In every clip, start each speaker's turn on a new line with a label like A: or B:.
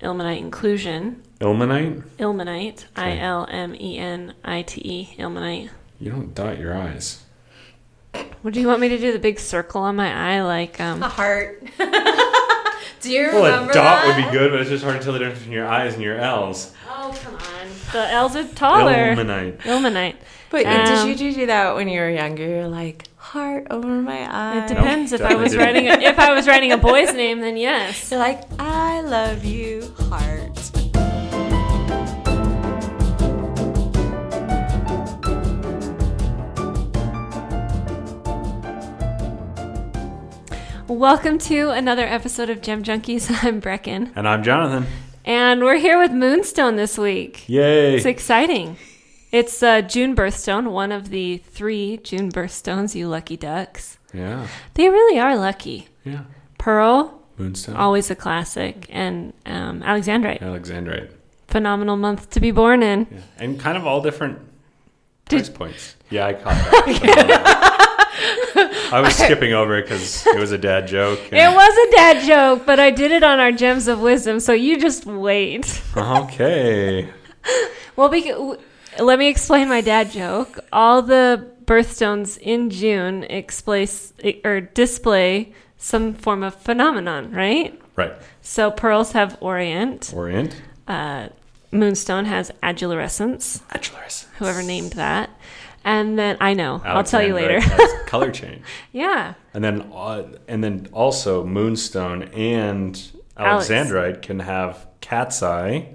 A: ilmenite inclusion.
B: Ilmenite?
A: Ilmenite, I L M E N I T E, ilmenite.
B: You don't dot your eyes.
A: What do you want me to do? The big circle on my eye, like um,
C: A heart. Do you
B: Well,
C: remember
B: a dot
C: that?
B: would be good, but it's just hard to tell the difference between your eyes and your L's.
A: oh come on, the L's are taller.
B: Ilmenite.
A: Ilmenite.
C: But
A: Um,
C: did you do that when you were younger? You're like heart over my eye.
A: It depends if I
B: definitely
A: was
B: didn't.
A: writing a, if I was writing a boy's name, then yes.
C: You're like I love you, heart.
A: Welcome to another episode of Gem Junkies. I'm Brecken,
B: And I'm Jonathan.
A: and we're here with Moonstone this week.
B: Yay.
A: It's exciting. It's uh, June birthstone, one of the three June birthstones. You lucky ducks.
B: Yeah.
A: They really are lucky.
B: Yeah.
A: Pearl,
B: Moonstone.
A: always a classic, and um, Alexandrite,
B: Alexandrite.
A: phenomenal month to be born in.
B: Yeah. And kind of all different
A: Did-
B: price points. Yeah, I caught that. I was skipping over it because it was a dad joke.
A: It was a dad joke, but I did it on our gems of wisdom. So you just wait.
B: Okay.
A: Well, we, w- let me explain my dad joke. All the birthstones in June explace or display some form of phenomenon, right?
B: Right.
A: So pearls have orient.
B: Orient.
A: Uh, moonstone has adulorescence.
B: Bachelor's.
A: Whoever named that. And then I know. I'll tell you later.
B: color change.
A: yeah.
B: And then, uh, and then also Moonstone and
A: Alex. Mm-hmm.
B: Alexandrite can have cat's eye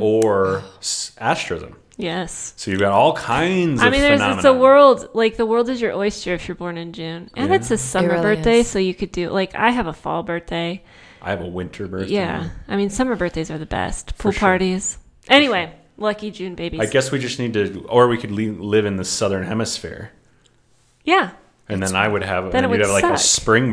B: or s- asterism.
A: Yes.
B: So you've got all kinds
A: I
B: of
A: mean, there's,
B: phenomena.
A: it's a world like the world is your oyster if you're born in June, and
B: Yeah.
A: it's a summer
C: really
A: birthday,
C: is.
A: so you could do like I have a fall birthday.
B: I have a winter birthday.
A: Yeah. I mean, summer birthdays are the best. Pool
B: sure.
A: parties. Anyway, lucky June babies.
B: I guess we just need to, or we could le- live in the southern hemisphere.
A: yeah.
B: And then I would
A: Then
B: have, and
A: it
B: then
A: would
B: you'd have like
A: suck.
B: a spring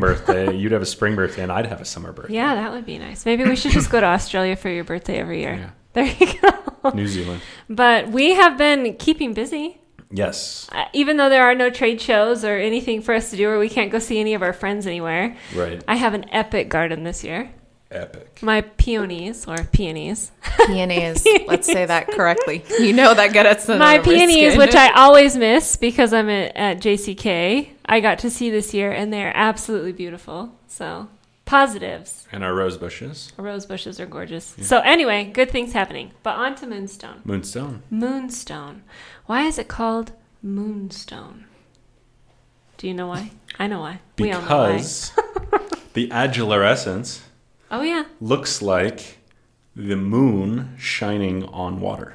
B: birthday. you'd have a spring birthday, and I'd have a summer birthday.
A: Yeah, that would be nice. Maybe we should just go to Australia for your birthday every year.
B: Yeah.
A: There you go.
B: New Zealand.
A: But we have been keeping busy.
B: Yes.
A: Uh, even though there are no trade shows or anything for us to do or we can't go see any of our friends anywhere,
B: Right.
A: I have an epic garden this year.
B: Epic.
A: My peonies or peonies.
C: Peonies. Let's say that correctly. You know that got us.
A: my peonies, which I always miss because I'm at, at JCK, I got to see this year, and they are absolutely beautiful. So positives.
B: And our rose bushes.
A: Rose bushes are gorgeous. So anyway, good things happening. But on to moonstone.
B: Moonstone.
A: Moonstone. Why is it called moonstone? Do you know why? I know why. we all know why.
B: Because the agilorescence
A: Oh yeah.
B: looks like the moon shining on water.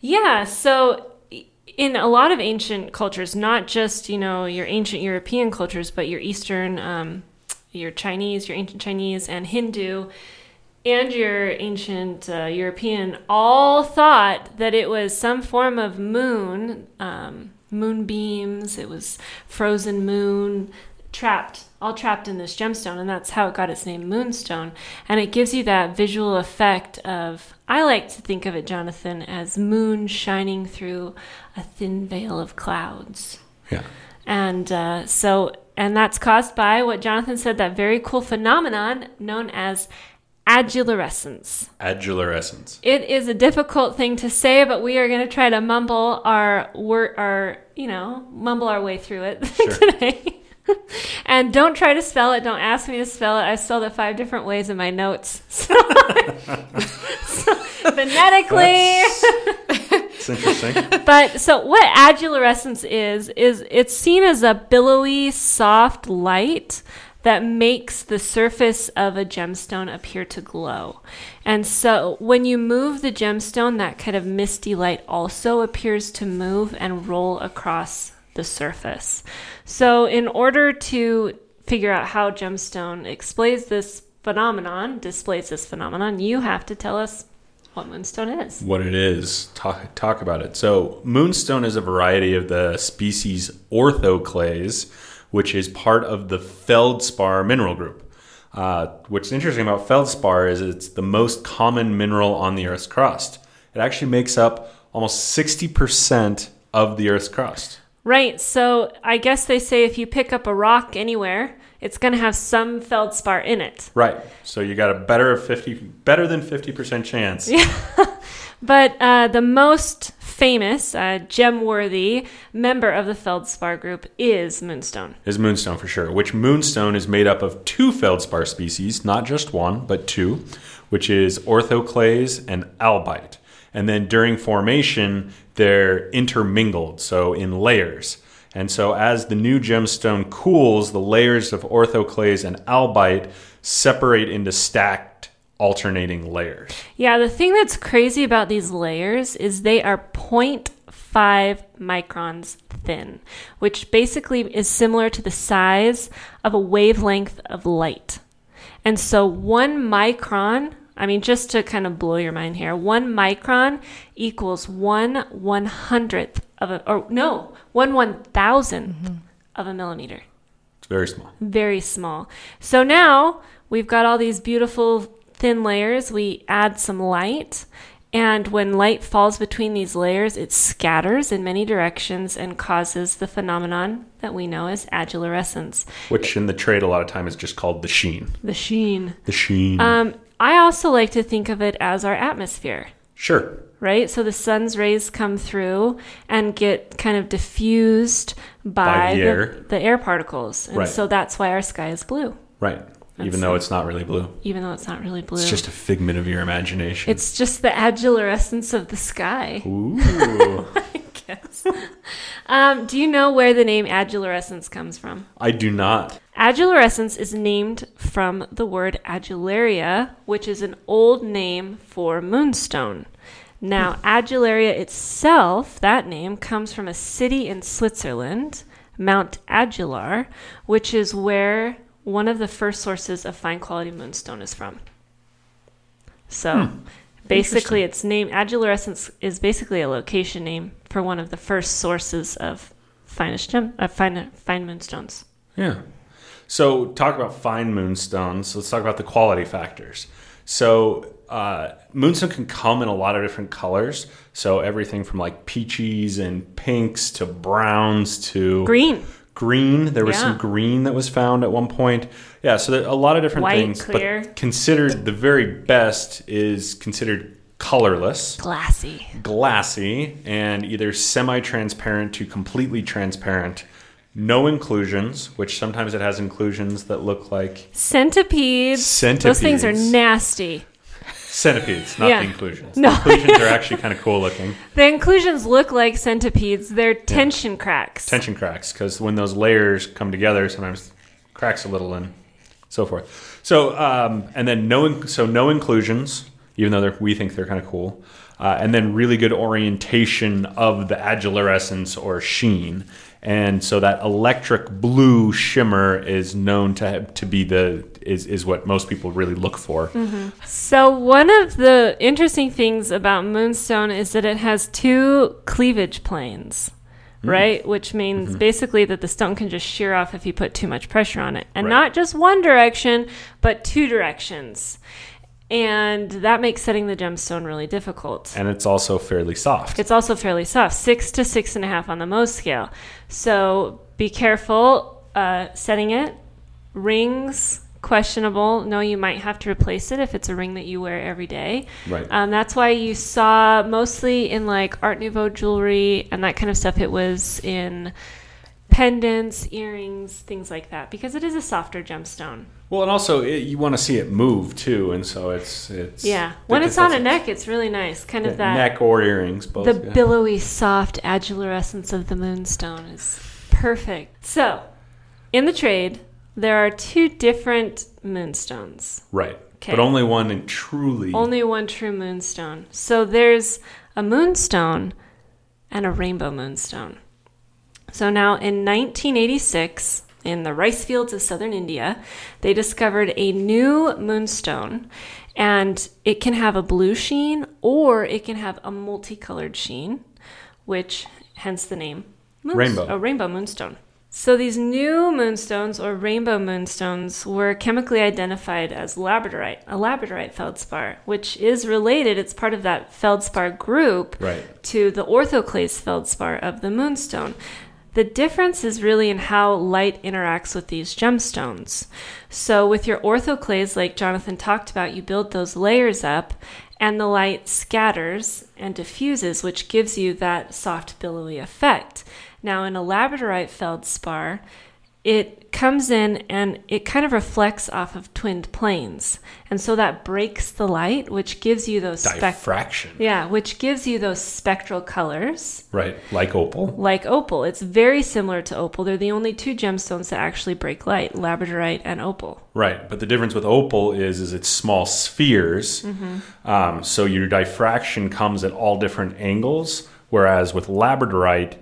A: Yeah, so i- in a lot of ancient cultures, not just you know your ancient European cultures, but your Eastern, um, your Chinese, your ancient Chinese and Hindu, and your ancient uh, European, all thought that it was some form of moon, um, moon beams. It was frozen moon trapped all trapped in this gemstone and that's how it got its name moonstone and it gives you that visual effect of i like to think of it jonathan as moon shining through a thin veil of clouds
B: Yeah.
A: and uh, so and that's caused by what jonathan said that very cool phenomenon known as agilorescence
B: Agilorescence.
A: it is a difficult thing to say but we are going to try to mumble our word our you know mumble our way through it
B: Sure.
A: today and don't try to spell it don't ask me to spell it i spelled it five different ways in my notes so, phonetically
B: That's, it's interesting.
A: but so what agilorescence is is it's seen as a billowy soft light that makes the surface of a gemstone appear to glow. And so when you move the gemstone that kind of misty light also appears to move and roll across the surface. So in order to figure out how gemstone explains this phenomenon, displays this phenomenon, you have to tell us what moonstone is.
B: what it is. Talk, talk about it. So, moonstone is a variety of the species orthoclase, which is part of the feldspar mineral group. Uh, what's interesting about feldspar is it's the most common mineral on the Earth's crust. It actually makes up almost 60% of the Earth's crust.
A: Right. So I guess they say if you pick up a rock anywhere, it's going to have some feldspar in it.
B: Right. So you got a better fifty, better than fifty percent chance.
A: But uh, the most famous, uh, gem worthy member of the feldspar group is moonstone.
B: is moonstone for sure, which moonstone is made up of two feldspar species, not just one, but two, which is orthoclase and albite. And then during formation, they're intermingled, so in layers. And so as the new gemstone cools, the layers of orthoclase and albite separate into stacked alternating layers.
A: Yeah, the thing that's crazy about these layers is they are 0.5 microns thin, which basically is similar to the size of a wavelength of light. And so one micron, I mean, just to kind of blow your mind here, one micron equals one one hundredth of a, or no, one one of a millimeter
B: It's very small.
A: very small. So now we've got all these beautiful thin layers. We add some light, and when light falls between these layers, it scatters in many directions and causes the phenomenon that we know as adularescence,
B: Which in the trade a lot of time is just called the sheen.
A: the sheen.
B: The sheen.
A: Um, I also like to think of it as our atmosphere.
B: sure.
A: Right? So the sun's rays come through and get kind of diffused by,
B: By the
A: the,
B: air.
A: the air particles. And
B: Right.
A: so that's why our sky is blue,
B: Right. Even though it's not really blue.
A: even though it's not really blue.
B: It's just a figment of your imagination.
A: It's just the agilurescence of the sky,
B: Ooh.
A: I guess. um, do you know where the name agilurescence comes from?
B: I do not.
A: Agilurescence is named from the word adularia, which is an old name for moonstone. Now, adularia itself, that name, comes from a city in Switzerland, Mount Adular, which is where one of the first sources of fine quality moonstone is from. So, basically, its name, agilurescence, is basically a location name for one of the first sources of finest gem, uh, fine, fine moonstones.
B: Yeah. So, talk about fine moonstones. Let's talk about the quality factors. So, uh, moonstone can come in a lot of different colors. So, everything from like peaches and pinks to browns to
A: Green.
B: Green. There was
A: Yeah.
B: some green that was found at one point. Yeah. So, there, a lot of different
A: White,
B: things.
A: clear.
B: But considered the very best is considered colorless.
A: glassy.
B: glassy and either semi transparent to completely transparent. No inclusions, which sometimes it has inclusions that look like
A: Centipedes. Those things are
B: Centipedes.
A: nasty.
B: centipedes, not
A: Yeah.
B: the inclusions.
A: No.
B: The inclusions are actually kind of cool looking.
A: The inclusions look like centipedes. They're tension cracks.
B: Tension cracks, because when those layers come together, sometimes cracks a little and so forth. So, um, and then no, in- so no inclusions, even though they're, we think they're kind of cool. Uh, and then really good orientation of the agilurescence or sheen. And so that electric blue shimmer is known to have, to be the is, is what most people really look for.
A: Mm. so one of the interesting things about moonstone is that it has two cleavage planes.
B: Hmm.
A: Right, which means
B: Mm-hmm.
A: basically that the stone can just shear off if you put too much pressure on it, and
B: Right.
A: not just one direction, but two directions, and that makes setting the gemstone really difficult.
B: And it's also fairly soft.
A: It's also fairly soft, six to six and a half on the Mohs scale. So be careful uh, setting it. Rings, questionable. No, you might have to replace it if it's a ring that you wear every day.
B: Right.
A: Um, that's why you saw mostly in like Art Nouveau jewelry and that kind of stuff. It was in pendants, earrings, things like that, because it is a softer gemstone.
B: Well, and also it, you want to see it move too, and so it's it's
A: Yeah. When
B: because
A: it's on a
B: that's-
A: neck, it's really nice. Kind of that.
B: neck or earrings, both.
A: The
B: yeah.
A: billowy, soft agilurescence of the moonstone is perfect. So, in the trade, there are two different moonstones,
B: right,
A: Okay.
B: but only one and truly
A: only one true moonstone. So, there's a moonstone and a rainbow moonstone. So, now in 1986, in the rice fields of southern India, they discovered a new moonstone, and it can have a blue sheen or it can have a multicolored sheen which hence the name moons-
B: Rainbow.
A: A rainbow moonstone. So these new moonstones or rainbow moonstones were chemically identified as labradorite, a labradorite feldspar, which is related. It's part of that feldspar group
B: Right.
A: to the orthoclase feldspar of the moonstone. The difference is really in how light interacts with these gemstones. So, with your orthoclase, like Jonathan talked about, you build those layers up and the light scatters and diffuses, which gives you that soft, billowy effect. Now, in a labradorite feldspar, it comes in and it kind of reflects off of twinned planes. And so that breaks the light, which gives you those spectral.
B: Diffraction.
A: Yeah, which gives you those spectral colors
B: Right. Like opal.
A: like opal. It's very similar to opal. They're the only two gemstones that actually break light, labradorite and opal.
B: Right, but the difference with opal is is it's small spheres,
A: Mm-hmm.
B: um, so your diffraction comes at all different angles. Whereas with labradorite,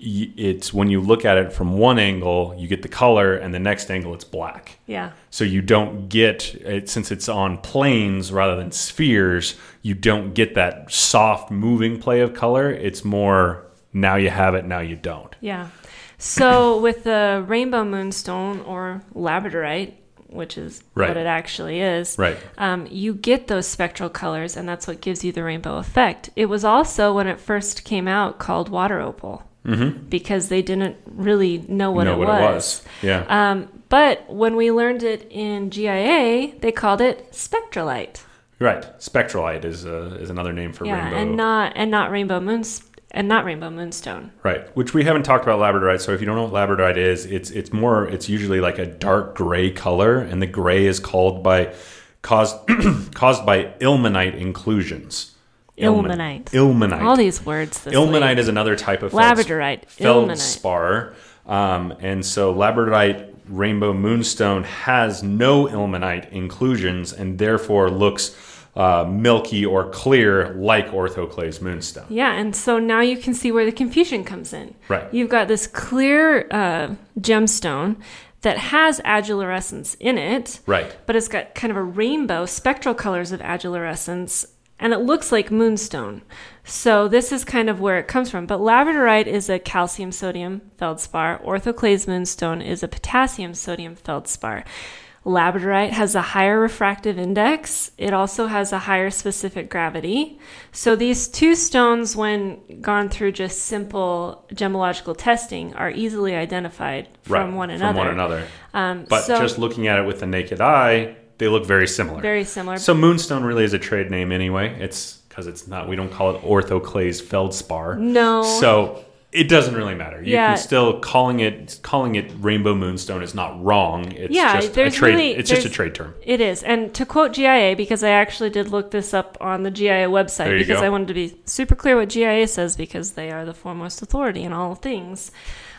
B: y- it's when you look at it from one angle, you get the color, and the next angle it's black.
A: Yeah.
B: So you don't get it since it's on planes rather than spheres. You don't get that soft moving play of color. It's more now you have it, now you don't.
A: Yeah. So with the rainbow moonstone or labradorite, which is
B: Right.
A: what it actually is,
B: Right.
A: um, you get those spectral colors, and that's what gives you the rainbow effect. It was also when it first came out called water opal because they didn't really know what,
B: Mm-hmm. know
A: it,
B: what
A: was.
B: it was? Yeah.
A: Um, but when we learned it in GIA, they called it spectralite.
B: right. Spectralite is uh, is another name for
A: Yeah,
B: rainbow.
A: and not and not rainbow moons and not rainbow moonstone.
B: Right, which we haven't talked about labradorite. So if you don't know what labradorite is, it's it's more it's usually like a dark gray color, and the gray is called by caused caused by ilmenite inclusions. Ilmen-
A: Ilmenite.
B: Ilmenite.
A: All these words. This
B: ilmenite
A: week.
B: is another type of
A: Labradorite, ilmenite.
B: feldspar, um, and so labradorite rainbow moonstone has no ilmenite inclusions, and therefore looks uh, milky or clear like orthoclase moonstone.
A: Yeah, and so now you can see where the confusion comes in.
B: Right.
A: You've got this clear uh, gemstone that has agilorescence in it.
B: Right.
A: But it's got kind of a rainbow, spectral colors of agilorescence, and it looks like moonstone. So this is kind of where it comes from. But labradorite is a calcium sodium feldspar. Orthoclase moonstone is a potassium sodium feldspar. Labradorite has a higher refractive index. It also has a higher specific gravity. So these two stones, when gone through just simple gemological testing, are easily identified from one another.
B: From one another.
A: Um,
B: But
A: so-
B: just looking at it with the naked eye, they look very similar.
A: Very similar.
B: So Moonstone really is a trade name anyway. It's because it's not. We don't call it orthoclase feldspar.
A: No.
B: So it doesn't really matter. You
A: Yeah.
B: can still calling it calling it rainbow moonstone is not wrong. It's
A: Yeah,
B: just a
A: there's
B: trade.
A: really-
B: it's just a
A: there's-
B: trade term.
A: It is. And to quote GIA, because I actually did look this up on the GIA
B: There
A: website
B: you
A: because
B: go.
A: I wanted to be super clear what GIA says because they are the foremost authority in all things.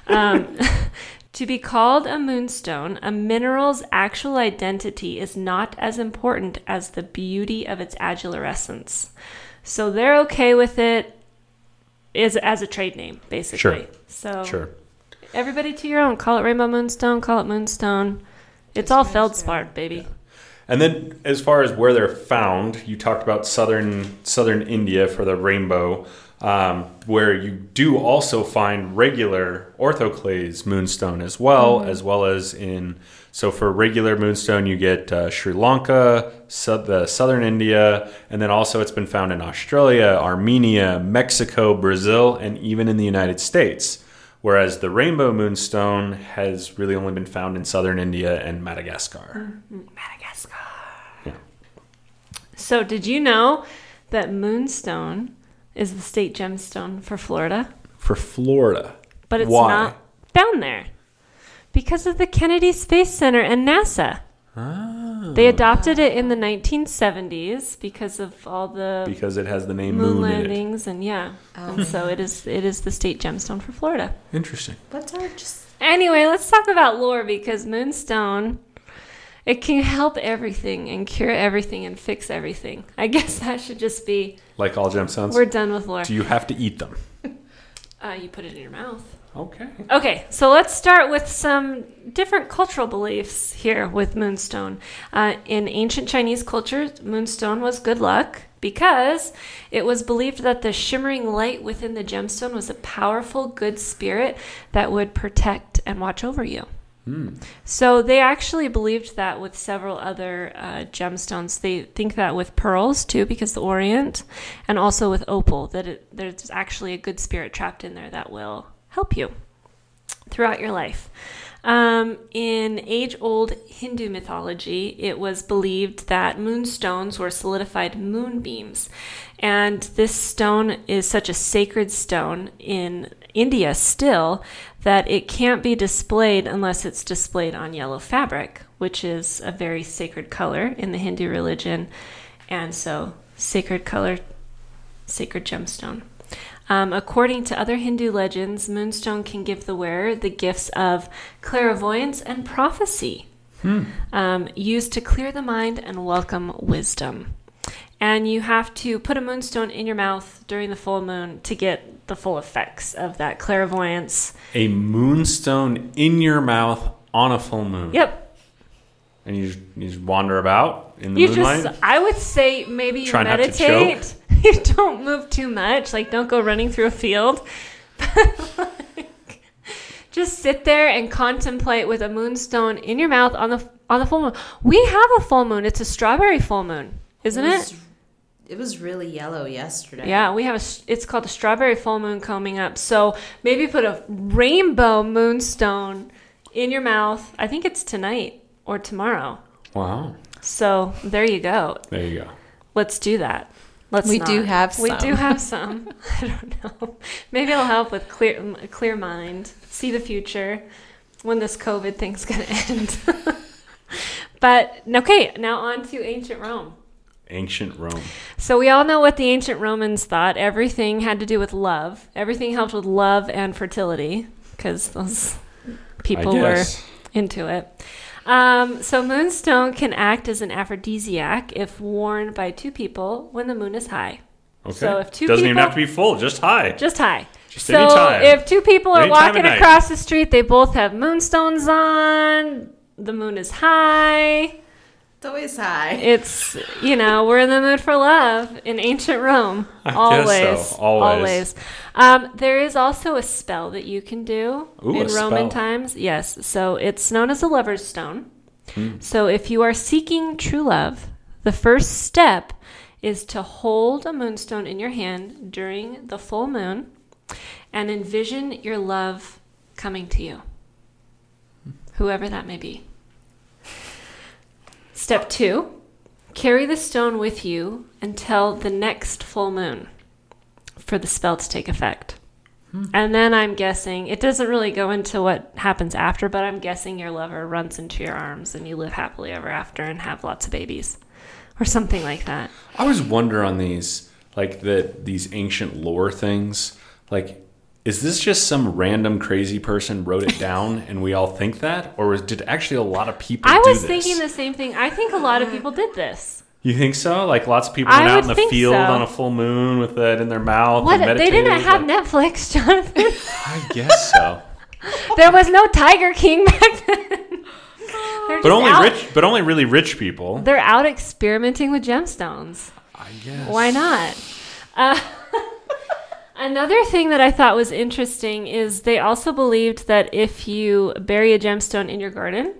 A: Um, to be called a moonstone, a mineral's actual identity is not as important as the beauty of its agilorescence. So they're okay with it is as a trade name, basically. So
B: Sure.
A: everybody to your own. Call it rainbow moonstone, call it moonstone. It's, all feldspar, baby.
B: And then, as far as where they're found, you talked about southern southern India for the rainbow, um, where you do also find regular orthoclase moonstone as well, as well as in so for regular moonstone you get uh, Sri Lanka, sou- the southern India, and then also it's been found in Australia, Armenia, Mexico, Brazil, and even in the United States. Whereas the rainbow moonstone has really only been found in southern India and Madagascar.
A: Madagascar. So, did you know that Moonstone is the state gemstone for Florida?
B: for Florida.
A: But it's
B: Why?
A: not found there because of the Kennedy Space Center and NASA.
B: Ah. Hmm.
A: They adopted it in the 1970s because of all the
B: because it has the name
A: moon,
B: Moon, in it.
A: landings and yeah. And so it is it is the state gemstone for Florida.
B: Interesting.
C: Let's all just
A: Anyway, let's talk about lore because Moonstone it can help everything and cure everything and fix everything. I guess that should just be
B: Like all gemstones,
A: we're done with lore.
B: do you have to eat them?
A: Uh, you put it in your mouth.
B: Okay.
A: Okay, so let's start with some different cultural beliefs here with moonstone. Uh, in ancient Chinese culture, moonstone was good luck because it was believed that the shimmering light within the gemstone was a powerful good spirit that would protect and watch over you. So they actually believed that with several other uh, gemstones. They think that with pearls too, because the Orient, and also with opal, that it, there's actually a good spirit trapped in there that will help you. throughout your life. Um, in age old Hindu mythology, it was believed that moonstones were solidified moonbeams. And this stone is such a sacred stone in India still that it can't be displayed unless it's displayed on yellow fabric, which is a very sacred color in the Hindu religion. And so, sacred color, sacred gemstone. Um, according to other Hindu legends, moonstone can give the wearer the gifts of clairvoyance and prophecy, um, used to clear the mind and welcome wisdom. And you have to put a moonstone in your mouth during the full moon to get the full effects of that clairvoyance.
B: A moonstone in your mouth on a full moon.
A: Yep.
B: And you just, you just wander about in the
A: You
B: moonlight.
A: just, I would say maybe you
B: Try not to
A: meditate. You don't move too much. Like, don't go running through a field. just sit there and contemplate with a moonstone in your mouth on the on the full moon. We have a full moon. It's a strawberry full moon, isn't
D: it
A: it?
D: was, it was really yellow yesterday.
A: Yeah, we have a. s- It's called a strawberry full moon coming up. So maybe put a rainbow moonstone in your mouth. I think it's tonight or tomorrow.
B: wow.
A: So there you go.
B: There you go.
A: Let's do that. Let's.
C: We
A: not.
C: do have
A: We
C: some.
A: do have some. I don't know. Maybe it'll help with clear m- clear mind. See the future when this COVID thing's gonna end. but okay, now on to ancient Rome.
B: Ancient Rome.
A: So we all know what the ancient Romans thought. Everything had to do with love. Everything helped with love and fertility because those people
B: I
A: were
B: guess.
A: into it. Um, so moonstone can act as an aphrodisiac if worn by two people when the moon is high.
B: Okay.
A: So if two
B: Doesn't even
A: people-
B: have to be full, just high.
A: Just high.
B: Just
A: so
B: anytime.
A: if two people are
B: Anytime
A: walking
B: at night.
A: across the street, they both have moonstones on. The moon is high.
D: It's always high.
A: It's you know we're in the mood for love in ancient Rome.
B: I
A: Always,
B: guess so. Always.
A: Um, there is also a spell that you can do
B: Ooh,
A: in
B: a
A: Roman
B: spell.
A: times. Yes, so it's known as the Lover's Stone.
B: Hmm.
A: So if you are seeking true love, the first step is to hold a moonstone in your hand during the full moon and envision your love coming to you, whoever that may be. Step two carry the stone with you until the next full moon for the spell to take effect. And then I'm guessing it doesn't really go into what happens after, but I'm guessing your lover runs into your arms and you live happily ever after and have lots of babies or something like that.
B: I always wonder on these, like the these ancient lore things. Like, is this just some random crazy person wrote it down and we all think that, or was, did actually a lot of people?
A: I
B: do
A: was
B: this?
A: thinking the same thing. I think a lot of people did this.
B: You think so? Like lots of people
A: I
B: went
A: would
B: out in the
A: think
B: field
A: so.
B: on a full moon with it in their mouth.
A: What
B: and
A: they didn't
B: meditated,
A: have
B: like-
A: Netflix, Jonathan.
B: I guess so.
A: there was no Tiger King back then. They're
B: But
A: just
B: only
A: out-
B: rich, but only really rich people.
A: They're out experimenting with gemstones.
B: I guess.
A: Why not? Uh, another thing that I thought was interesting is they also believed that if you bury a gemstone in your garden,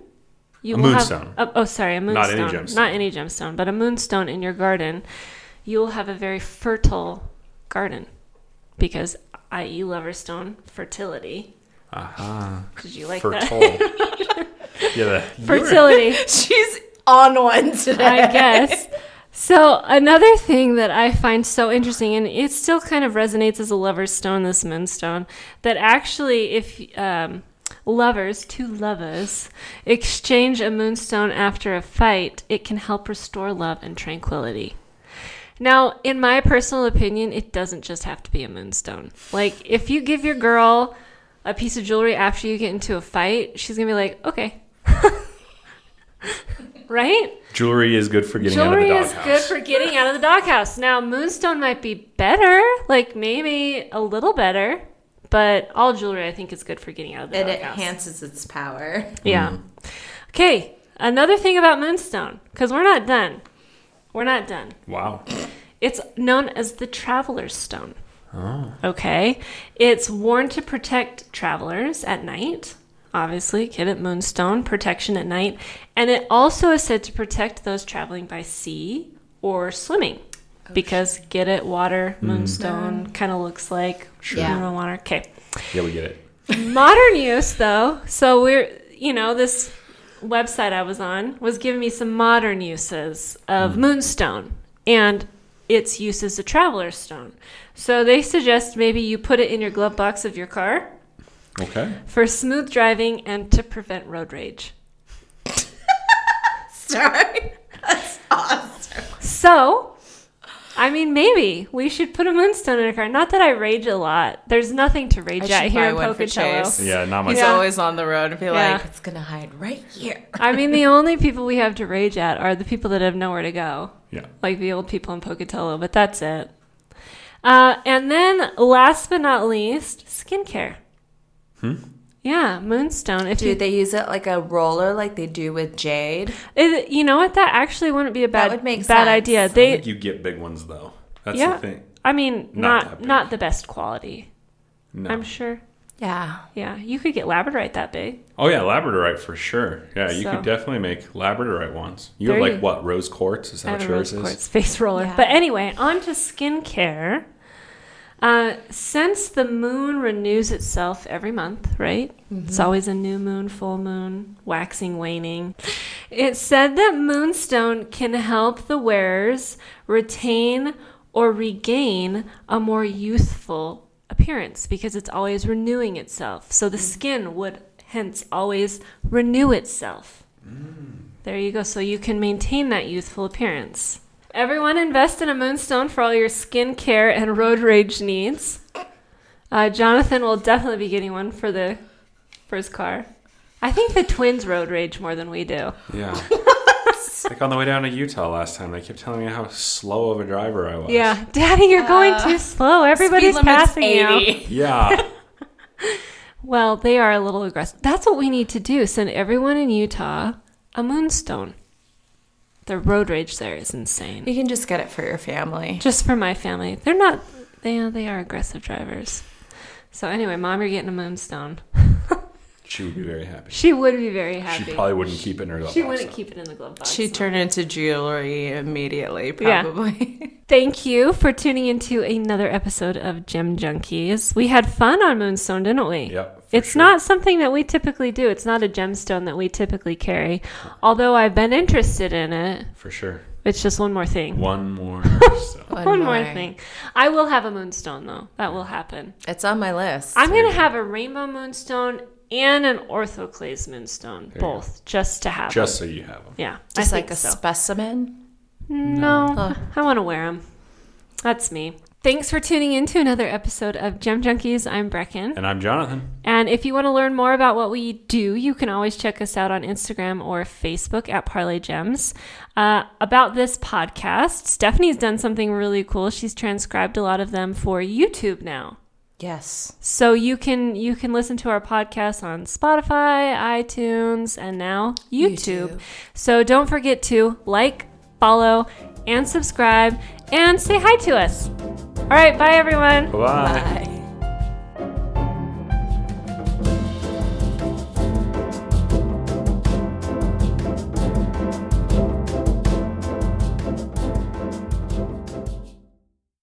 A: you
B: A
A: will
B: moonstone.
A: have. Oh, oh, sorry, a
B: Not
A: moonstone.
B: any gemstone.
A: Not any gemstone, but a moonstone in your garden, you will have a very fertile garden because, i.e., loverstone fertility.
B: Aha.
A: Did you like that?
B: Fertile. yeah. The,
A: Fertility.
D: She's on one today.
A: I guess. So another thing that I find so interesting, and it still kind of resonates as a lover's stone, this moonstone, that actually, if um, lovers, two lovers, exchange a moonstone after a fight, it can help restore love and tranquility. Now, in my personal opinion, it doesn't just have to be a moonstone. Like, if you give your girl a piece of jewelry after you get into a fight, she's gonna be like, okay. right?
B: Jewelry is good for getting
A: Jewelry
B: out of
A: is
B: the doghouse.
A: good for getting out of the doghouse. Now, moonstone might be better, like maybe a little better, but all jewelry I think is good for getting out of the
D: It
A: doghouse.
D: enhances its power.
A: yeah.
B: Mm-hmm.
A: Okay, another thing about moonstone, because we're not done. We're not done.
B: wow.
A: It's known as the Traveler's Stone. Okay. It's worn to protect travelers at night. Obviously, get it, Moonstone, protection at night. And it also is said to protect those traveling by sea or swimming. Because get it, water, moonstone kind of looks like
D: Yeah.
A: mineral water. Okay.
B: Yeah, we get it.
A: Modern use, though. So we're, you know, this website I was on was giving me some modern uses of moonstone and its use as a traveler's stone. So they suggest maybe you put it in your glove box of your car
B: Okay.
A: for smooth driving and to prevent road rage.
D: Sorry. That's awesome.
A: So, I mean, maybe we should put a moonstone in a car. Not that I rage a lot. There's nothing to rage
C: I
A: at
C: should
A: here
C: buy
A: in
C: one for
A: Pocatello.
C: Chase.
B: Yeah, not
C: He's
B: much.
A: Yeah.
C: always on the road and be
A: Yeah.
C: like,
D: It's gonna hide right here.
A: I mean, the only people we have to rage at are the people that have nowhere to go,
B: Yeah.
A: like the old people in Pocatello, but that's it. Uh, and then, last but not least, skincare. Hmm? Yeah, moonstone. If
C: do
A: you,
C: they use it like a roller like they do with jade?
A: it, you know what, that actually wouldn't be a bad,
C: would make
A: bad
C: sense.
A: idea.
B: I
A: They,
B: think you get big ones though. That's
A: Yeah.
B: the thing.
A: I mean,
B: Not that
A: not
B: big.
A: not the best quality,
B: No.
A: I'm sure.
C: Yeah.
A: Yeah, you could get labradorite that big.
B: oh yeah, labradorite for sure. Yeah, you
A: So-
B: could definitely make labradorite ones. You have
A: There
B: like
A: you-
B: what rose quartz? Is that what
A: Evan Rose
B: yours Oh, is?
A: Quartz face roller.
C: Yeah.
A: But anyway, on to skincare. Uh, since the moon renews itself every month, right? It's always a new moon, full moon, waxing, waning. It said that moonstone can help the wearers retain or regain a more youthful appearance because it's always renewing itself. So the skin would hence always renew itself. There you go. So you can maintain that youthful appearance. Everyone invest in a moonstone for all your skin care and road rage needs. Uh, Jonathan will definitely be getting one for the for his car. I think the twins road rage more than we do.
B: Yeah. like on the way down to Utah last time, they kept telling me how slow of a driver I was.
A: Yeah, Daddy, you're going too slow. Everybody's
C: Uh, Speed limit's
A: passing you.
C: 80.
B: Yeah.
A: Well, they are a little aggressive. That's what we need to do. Send everyone in Utah a moonstone. The road rage there is insane.
C: You can just get it for your family.
A: just for my family. They're not. They they are aggressive drivers. So anyway, mom, you're getting a moonstone.
B: she would be very happy.
A: She would be very happy.
B: She probably wouldn't keep it in her glove
A: She
B: box,
A: wouldn't
B: though.
A: keep it in the glove box.
C: She'd turn into jewelry immediately,
A: Yeah.
C: probably.
A: Thank you for tuning into another episode of Gem Junkies. We had fun on Moonstone, didn't we?
B: Yep, for
A: It's
B: sure.
A: not something that we typically do. It's not a gemstone that we typically carry. Although I've been interested in it.
B: For sure.
A: It's just one more thing.
B: One more. so.
A: One, more thing. I will have a moonstone though. That will happen.
C: It's on my list.
A: I'm gonna have a rainbow moonstone and an orthoclase moonstone,
B: you go.
A: both just to have. 'em.
B: Just so you have them.
A: yeah,
C: Just
A: I
C: like
A: think
C: a
A: so.
C: specimen.
A: no, I want to wear them. That's me. Thanks for tuning in to another episode of Gem Junkies. I'm Brecken.
B: And I'm Jonathan.
A: And if you want to learn more about what we do, you can always check us out on Instagram or Facebook at Parlay Gems. Uh, about this podcast, Stephanie's done something really cool. She's transcribed a lot of them for YouTube now.
C: Yes.
A: So you can you can listen to our podcast on Spotify, iTunes, and now YouTube.
C: YouTube.
A: So don't forget to like, follow, and subscribe and say hi to us. All right, bye everyone.
B: Bye-bye.
C: Bye.